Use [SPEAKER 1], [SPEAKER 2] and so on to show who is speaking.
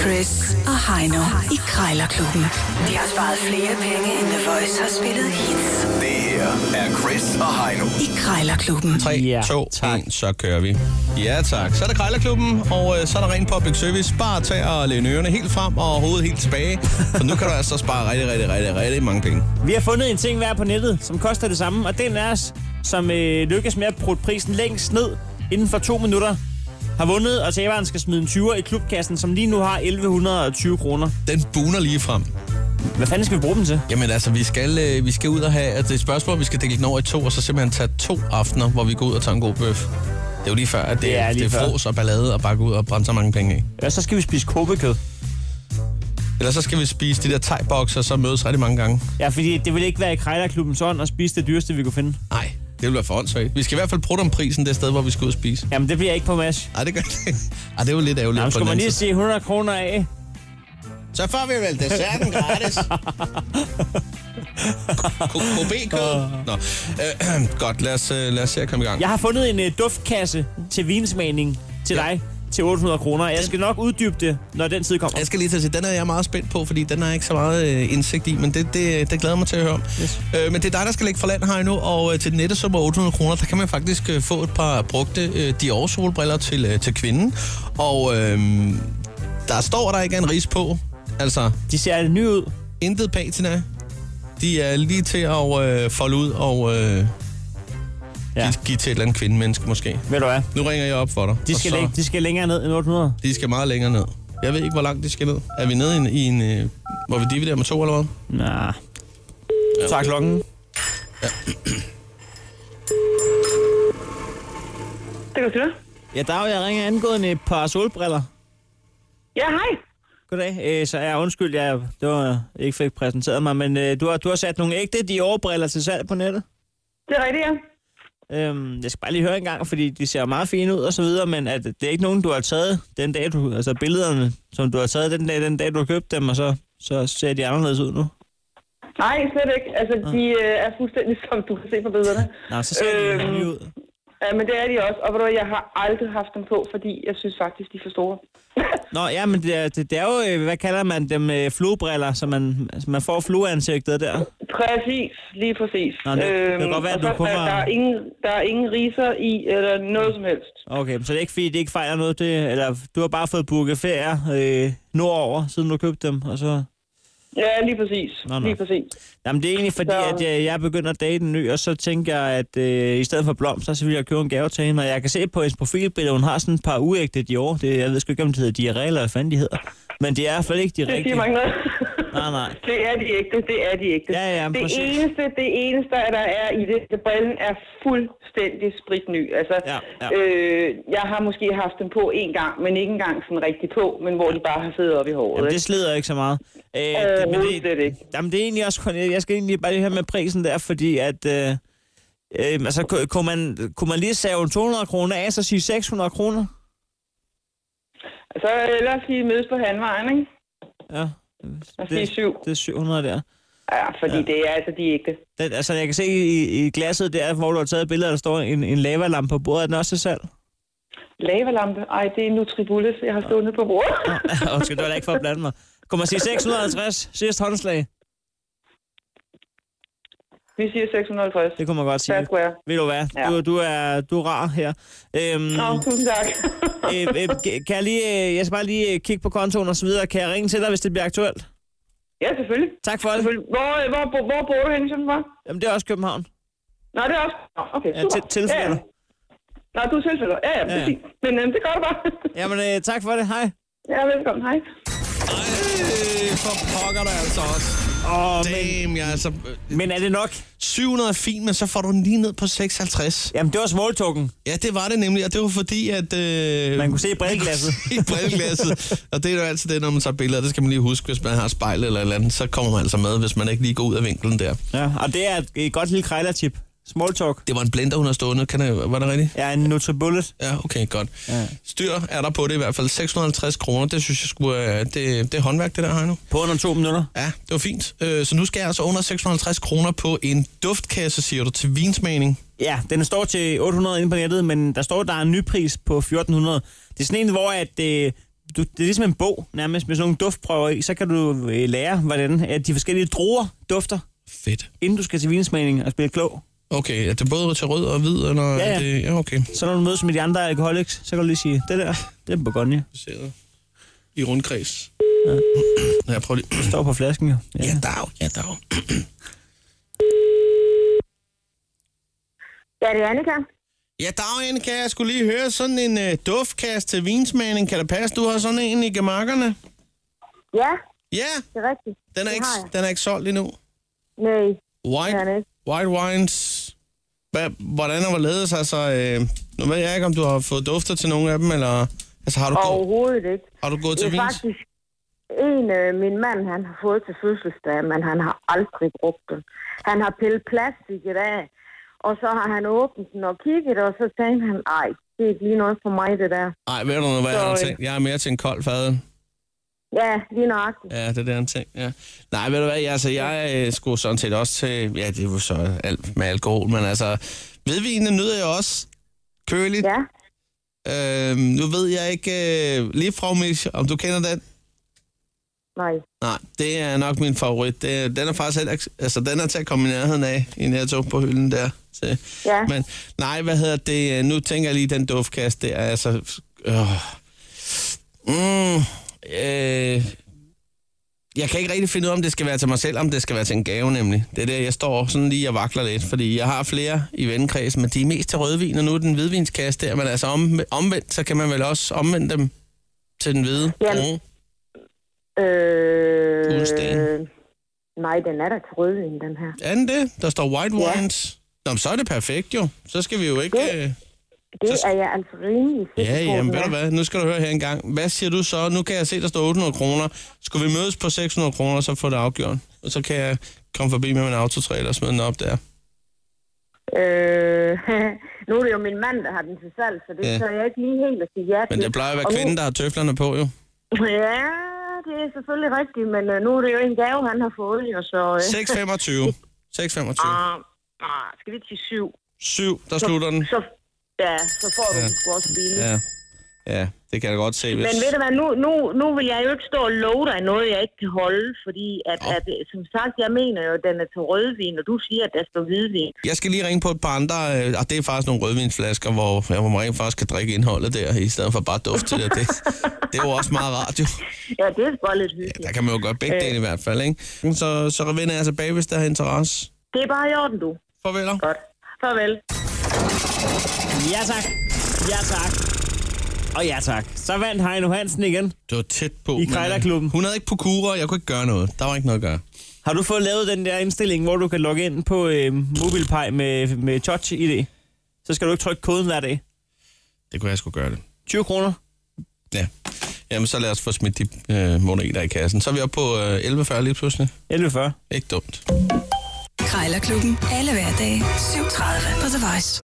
[SPEAKER 1] Chris og Heino i Krejlerklubben. De har sparet flere penge, end The Voice har spillet hits
[SPEAKER 2] Det her er Chris og Heino.
[SPEAKER 1] i Krejlerklubben.
[SPEAKER 2] 3,
[SPEAKER 3] Ja,
[SPEAKER 2] 2,
[SPEAKER 3] tak.
[SPEAKER 2] 1, så kører vi. Ja, tak. Så er der Krejlerklubben, og øh, så er der rent public service. Bare tag og læne ørerne helt frem og hovedet helt tilbage. For nu kan du altså spare rigtig, rigtig, rigtig, rigtig mange penge.
[SPEAKER 3] Vi har fundet en ting hver på nettet, som koster det samme, og den af os, som øh, lykkes med at prutte prisen længst ned inden for to minutter, har vundet, og taberen skal smide en 20'er i klubkassen, som lige nu har 1120 kroner.
[SPEAKER 2] Den buner lige frem.
[SPEAKER 3] Hvad fanden skal vi bruge dem til?
[SPEAKER 2] Jamen altså, vi skal, øh, vi skal ud og have... Altså, det er et spørgsmål, vi skal dele den over i to, og så simpelthen tage to aftener, hvor vi går ud og tager en god bøf. Det er jo lige før, at det,
[SPEAKER 3] Det
[SPEAKER 2] det
[SPEAKER 3] er
[SPEAKER 2] er,
[SPEAKER 3] lige
[SPEAKER 2] det er
[SPEAKER 3] før.
[SPEAKER 2] fros og ballade og bare gå ud og brænde så mange penge af.
[SPEAKER 3] Ja, så skal vi spise kobekød.
[SPEAKER 2] Ellers så skal vi spise de der thai-bokser, og så mødes rigtig mange gange.
[SPEAKER 3] Ja, fordi det ville ikke være i Krejlerklubbens ånd at spise det dyreste, vi kunne finde.
[SPEAKER 2] Nej, det vil være for åndssvagt. Vi skal i hvert fald prutte om prisen det sted, hvor vi skal ud og spise.
[SPEAKER 3] Jamen, det bliver ikke på mash.
[SPEAKER 2] Nej, det gør det ikke. Ej, det er jo lidt ærgerligt.
[SPEAKER 3] Jamen,
[SPEAKER 2] på den
[SPEAKER 3] skulle man
[SPEAKER 2] anden
[SPEAKER 3] lige
[SPEAKER 2] side.
[SPEAKER 3] sige 100 kroner af?
[SPEAKER 2] Så får vi vel desserten gratis. KB-kød. Nå, øh, godt, lad os, øh, lad os se at komme i gang.
[SPEAKER 3] Jeg har fundet en øh, duftkasse til vinsmagning til dig til 800 kroner. Jeg skal nok uddybe det, når den tid kommer.
[SPEAKER 2] Jeg skal lige til at sige, den er jeg meget spændt på, fordi den har jeg ikke så meget øh, indsigt i, men det, det, det glæder jeg mig til at høre om.
[SPEAKER 3] Yes.
[SPEAKER 2] Øh, men det er dig, der skal lægge for land her nu, og øh, til den nette sum af 800 kroner, der kan man faktisk øh, få et par brugte øh, Dior solbriller til, øh, til kvinden. Og øh, der står, at der ikke er en ris på. Altså,
[SPEAKER 3] De ser nye ud.
[SPEAKER 2] intet patina. De er lige til at øh, folde ud og øh,
[SPEAKER 3] Ja.
[SPEAKER 2] ja. give, give til et eller andet kvindemenneske måske.
[SPEAKER 3] Ved du hvad?
[SPEAKER 2] Nu ringer jeg op for dig.
[SPEAKER 3] De
[SPEAKER 2] og
[SPEAKER 3] skal,
[SPEAKER 2] så-
[SPEAKER 3] læ- de skal længere ned end 800.
[SPEAKER 2] De skal meget længere ned. Jeg ved ikke, hvor langt de skal ned. Er vi nede i en... I en øh, hvor vi dividerer med to eller hvad?
[SPEAKER 3] Nah. Så er klokken.
[SPEAKER 4] Det kan du høre.
[SPEAKER 3] Ja, der jeg ringer angående et par solbriller.
[SPEAKER 4] Ja, hej.
[SPEAKER 3] Goddag. Øh, så er jeg undskyld, jeg det var, jeg ikke fik præsenteret mig, men øh, du, har, du har sat nogle ægte Dior-briller til salg på nettet.
[SPEAKER 4] Det er rigtigt, ja.
[SPEAKER 3] Øhm, jeg skal bare lige høre en gang, fordi de ser meget fine ud og så videre, men at det er ikke nogen, du har taget den dag, du, altså billederne, som du har taget den dag, den dag du har købt dem, og så, så ser de anderledes ud nu.
[SPEAKER 4] Nej, slet ikke. Altså, de øh, er fuldstændig, som du kan se på billederne.
[SPEAKER 3] Nå, så ser de
[SPEAKER 4] Øhm.
[SPEAKER 3] nye ud.
[SPEAKER 4] Ja, men det er de også. Og ved du hvad, jeg har aldrig haft dem på, fordi jeg synes faktisk, de er for store.
[SPEAKER 3] Nå, ja, men det er, det, det er jo, øh, hvad kalder man dem, øh, fluebriller, så man, altså, man får flueansigtet der.
[SPEAKER 4] Præcis, lige præcis. Øhm,
[SPEAKER 3] Nå, det- det kan godt være,
[SPEAKER 4] og
[SPEAKER 3] at du
[SPEAKER 4] så-
[SPEAKER 3] kun
[SPEAKER 4] der,
[SPEAKER 3] var-
[SPEAKER 4] der, er ingen, der er ingen riser i, eller noget som helst.
[SPEAKER 3] Okay, så det er ikke fordi, det ikke fejler noget, det, eller du har bare fået booket ferier øh, nordover, siden du købte dem, og så...
[SPEAKER 4] Ja, lige præcis.
[SPEAKER 3] Nå, nå.
[SPEAKER 4] Lige præcis.
[SPEAKER 3] Jamen, det er egentlig fordi,
[SPEAKER 4] Så-
[SPEAKER 3] at øh, jeg, jeg begynder at date en ny, og så tænker jeg, at øh, i stedet for blomster, så vil jeg købe en gave til hende. Og jeg kan se på hendes profilbillede, hun har sådan et par uægte Dior. Det, jeg ved sgu ikke, om de hedder Dior eller hvad fanden de hedder. Men det er i hvert fald ikke de
[SPEAKER 4] Det
[SPEAKER 3] rigtige.
[SPEAKER 4] siger mig ikke noget.
[SPEAKER 3] Nej, nej.
[SPEAKER 4] Det er de ægte, det er de ægte.
[SPEAKER 3] Ja, ja,
[SPEAKER 4] det,
[SPEAKER 3] præcis.
[SPEAKER 4] eneste, det eneste, der er i det, det brillen er fuldstændig spritny. Altså,
[SPEAKER 3] Ja, ja.
[SPEAKER 4] Øh, jeg har måske haft dem på en gang, men ikke engang sådan rigtig på, men hvor de bare har siddet op i håret.
[SPEAKER 3] Jamen,
[SPEAKER 4] ikke?
[SPEAKER 3] det slider ikke så meget. Øh, det,
[SPEAKER 4] Overhovedet slet ikke.
[SPEAKER 3] Jamen, det er egentlig også kun... Jeg skal egentlig bare lige her med prisen der, fordi at... Øh, øh, altså, ku- kunne man, kunne man lige save 200 kroner af, så sige 600 kroner?
[SPEAKER 4] Så ellers lige mødes på handvejen, ikke?
[SPEAKER 3] Ja.
[SPEAKER 4] Og sige syv.
[SPEAKER 3] Det er 700 der.
[SPEAKER 4] Ja, fordi ja. det er altså de ægte.
[SPEAKER 3] Den, altså, jeg kan se i, i glasset der, hvor du har taget billeder, der står en, en lavalampe på bordet. Er den også til salg?
[SPEAKER 4] Lavalampe? Ej, det er Nutribullet, jeg har stået nede på bordet.
[SPEAKER 3] Nå, Undskyld, det var da ikke for at blande mig. Kunne man sige 650 sidste håndslag?
[SPEAKER 4] Vi siger 650.
[SPEAKER 3] Det kunne man godt sige.
[SPEAKER 4] Fair square.
[SPEAKER 3] Ved du hvad?
[SPEAKER 4] Ja.
[SPEAKER 3] Du, du, er, du er rar her. Øhm,
[SPEAKER 4] Nå, tusind tak.
[SPEAKER 3] øh, øh, kan jeg, lige, øh, jeg skal bare lige øh, kigge på kontoen og så videre. Kan jeg ringe til dig, hvis det bliver aktuelt?
[SPEAKER 4] ja, selvfølgelig.
[SPEAKER 3] Tak for det.
[SPEAKER 4] selvfølgelig. Hvor, øh, hvor, hvor, hvor bor du henne, som var?
[SPEAKER 3] Jamen, det er også København.
[SPEAKER 4] Nå, det er også... Nå, okay,
[SPEAKER 3] Ja,
[SPEAKER 4] super.
[SPEAKER 3] til- tilfælder.
[SPEAKER 4] Ja, ja. Nå, du er tilfælder. Ja, ja,
[SPEAKER 3] Ja, ja.
[SPEAKER 4] præcis. Men øhm, det gør du bare.
[SPEAKER 3] Jamen, øh, tak for det. Hej.
[SPEAKER 4] ja, velkommen. Hej.
[SPEAKER 2] Ej, for pokker der altså også.
[SPEAKER 3] Og, men,
[SPEAKER 2] Damn, jeg er altså... øh,
[SPEAKER 3] men er det nok?
[SPEAKER 2] 700 er fint, men så får du den lige ned på 56.
[SPEAKER 3] Jamen, det var smalltalken.
[SPEAKER 2] Ja, det var det nemlig, og det var fordi, at... Øh,
[SPEAKER 3] Man kunne se i brilleglasset.
[SPEAKER 2] i brilleglasset. Og det er jo altid det, når man tager billeder. Det skal man lige huske, hvis man har et spejl eller et eller andet. Så kommer man altså med, hvis man ikke lige går ud af vinkelen der.
[SPEAKER 3] Ja, og det er et, et godt lille krejlertip. Smalltalk.
[SPEAKER 2] Det var en blender, hun har stående. Kan jeg, var det rigtigt?
[SPEAKER 3] Ja, en Nutribullet.
[SPEAKER 2] Ja, okay, godt. Ja. Styr er der på det i hvert fald. 650 kroner, det synes jeg skulle... Øh, det, det er håndværk, det der har nu.
[SPEAKER 3] På under to minutter.
[SPEAKER 2] Ja, det var fint. Øh, så nu skal jeg altså under 650 kroner på en duftkasse, siger du, til vinsmagning.
[SPEAKER 3] Ja, den står til 800 inde på nettet, men der står, der er en ny pris på 1400. Det er sådan en, hvor at, øh, du, det er ligesom en bog, nærmest, med sådan nogle duftprøver i. Så kan du øh, lære, hvordan at de forskellige druer dufter,
[SPEAKER 2] Fedt.
[SPEAKER 3] inden du skal til vinsmagning og spille klog.
[SPEAKER 2] Okay, er det både til rød og hvid, eller
[SPEAKER 3] Ja, ja.
[SPEAKER 2] er det... Ja, okay.
[SPEAKER 3] Så når du mødes med de andre alkoholiks, så kan du lige sige, det der, det er Bourgogne.
[SPEAKER 2] Placeret I rundkreds. Ja. Jeg prøver lige...
[SPEAKER 3] Det står på flasken jo. Ja.
[SPEAKER 2] Ja, dag, ja, dag.
[SPEAKER 4] Ja, det er Annika.
[SPEAKER 2] Ja, dag, Annika, jeg skulle lige høre sådan en øh, duftkasse til vinsmagning. Kan det passe, du har sådan en i gemakkerne?
[SPEAKER 4] Ja,
[SPEAKER 2] Ja,
[SPEAKER 4] det er rigtigt.
[SPEAKER 2] den er,
[SPEAKER 4] Det
[SPEAKER 2] ikke,
[SPEAKER 4] har jeg.
[SPEAKER 2] den er ikke solgt endnu.
[SPEAKER 4] Nej,
[SPEAKER 2] White,
[SPEAKER 4] det er den ikke.
[SPEAKER 2] white wines. Hvad, hvordan og hvorledes? Altså, øh, nu ved jeg ikke, om du har fået dufter til nogle af dem, eller... Altså, har du, gået,
[SPEAKER 4] Overhovedet ikke.
[SPEAKER 2] har du gået
[SPEAKER 4] Det
[SPEAKER 2] til
[SPEAKER 4] er
[SPEAKER 2] vins?
[SPEAKER 4] faktisk en, øh, min mand, han har fået til fødselsdag, men han har aldrig brugt den. Han har pillet plastikket af, og så har han åbnet den og kigget, og så tænkte han, ej, det er ikke lige noget for mig, det der.
[SPEAKER 2] Nej, ved du nu, hvad jeg har
[SPEAKER 4] Sorry.
[SPEAKER 2] tænkt? Jeg er mere til en kold fadel.
[SPEAKER 4] Ja, lige nøjagtigt.
[SPEAKER 2] Ja, det er der en ting, ja. Nej, ved du hvad, altså, jeg øh, skulle sådan set også til, ja, det er jo så alt med alkohol, men altså, hvidvinene nyder jeg også køligt.
[SPEAKER 4] Ja,
[SPEAKER 2] Øhm, nu ved jeg ikke øh, lige fra om du kender den.
[SPEAKER 4] nej.
[SPEAKER 2] Nej, det er nok min favorit. Det, er- den er faktisk heller, ikke- altså, den er til at komme i nærheden af, i Netto på hylden der. Så,
[SPEAKER 4] Ja,
[SPEAKER 2] men nej, hvad hedder det? øh, Nu tænker jeg lige den duftkasse der, altså... Øh, mm, øh, jeg kan ikke rigtig finde ud af, om det skal være til mig selv, om det skal være til en gave nemlig. Det er der, jeg står sådan lige og vakler lidt, fordi jeg har flere i vennekredsen, men de er mest til rødvin, og nu er den hvidvinskasse der, men altså om, omvendt, så kan man vel også omvende dem til den hvide
[SPEAKER 4] Jamen.
[SPEAKER 2] brune.
[SPEAKER 4] øh,
[SPEAKER 2] Guldsten.
[SPEAKER 4] nej, den er da til rødvin, den her.
[SPEAKER 2] Er den det? Der står white
[SPEAKER 4] Ja.
[SPEAKER 2] wines. Nå, men så er det perfekt jo. Så skal vi jo ikke...
[SPEAKER 4] Det-
[SPEAKER 2] Øh,
[SPEAKER 4] Det
[SPEAKER 2] Så-
[SPEAKER 4] er jeg altså rimelig sikker
[SPEAKER 2] Ja,
[SPEAKER 4] på,
[SPEAKER 2] jamen
[SPEAKER 4] den
[SPEAKER 2] ved du
[SPEAKER 4] er.
[SPEAKER 2] hvad, nu skal du høre her engang. Hvad siger du så? Nu kan jeg se, der står 800 kroner. Skulle vi mødes på 600 kroner, så få det afgjort? Og så kan jeg komme forbi med min autotrailer og smide den op der.
[SPEAKER 4] Øh, nu er det jo min mand, der har den til salg, så det
[SPEAKER 2] Ja.
[SPEAKER 4] ja. tør jeg ikke lige helt at sige ja til.
[SPEAKER 2] Men det plejer at være
[SPEAKER 4] Og nu-
[SPEAKER 2] kvinden, der har tøflerne på jo.
[SPEAKER 4] Ja, det er selvfølgelig rigtigt, men øh, nu er det jo en gave, han har fået, jo, så... Øh,
[SPEAKER 2] 625. 625.
[SPEAKER 4] ah, ah, skal vi til syv?
[SPEAKER 2] 7, der slutter den.
[SPEAKER 4] Så, ja, så får du den sgu også billigt.
[SPEAKER 2] Ja. ja, det kan jeg godt se. Hvis...
[SPEAKER 4] Men ved du hvad, nu, nu, nu vil jeg jo ikke stå og love dig noget, jeg ikke kan holde, fordi at,
[SPEAKER 2] Nå.
[SPEAKER 4] at, øh, som sagt, jeg mener jo, at den er til rødvin, og du siger, at der står hvidvin.
[SPEAKER 2] Jeg skal lige ringe på et par andre, øh, og det er faktisk nogle rødvinsflasker, hvor jeg må rent faktisk kan drikke indholdet der, i stedet for bare duft til det. Det, det er jo også meget rart jo.
[SPEAKER 4] Ja, det er sgu også lidt
[SPEAKER 2] Ja,
[SPEAKER 4] hyggeligt.
[SPEAKER 2] der kan man jo godt begge dele i hvert fald,
[SPEAKER 3] Øh.
[SPEAKER 2] ikke? Så, så vender jeg tilbage, hvis der er interesse.
[SPEAKER 4] Det er bare i orden, du.
[SPEAKER 2] Farveler.
[SPEAKER 4] Godt. Farvel.
[SPEAKER 3] ja tak. Ja tak. Og ja tak. Så vandt Heino Hansen igen.
[SPEAKER 2] Det var tæt på.
[SPEAKER 3] I
[SPEAKER 2] men, øh,
[SPEAKER 3] Krejlerklubben.
[SPEAKER 2] Hun havde ikke på kurer, jeg kunne ikke gøre noget. Der var ikke noget at gøre.
[SPEAKER 3] Har du fået lavet den der indstilling, hvor du kan logge ind på øh, MobilePay med, med Touch-ID? Så skal du ikke trykke koden hver dag.
[SPEAKER 2] Det kunne jeg skulle gøre det.
[SPEAKER 3] 20 kroner.
[SPEAKER 2] Ja. Jamen, så lad os få smidt de øh, moneter i kassen. Så er vi oppe på øh, 11.40 lige pludselig.
[SPEAKER 3] 11.40.
[SPEAKER 2] Ikke dumt.
[SPEAKER 1] Krejlerklubben. Alle hverdage. 7.30 på The Voice.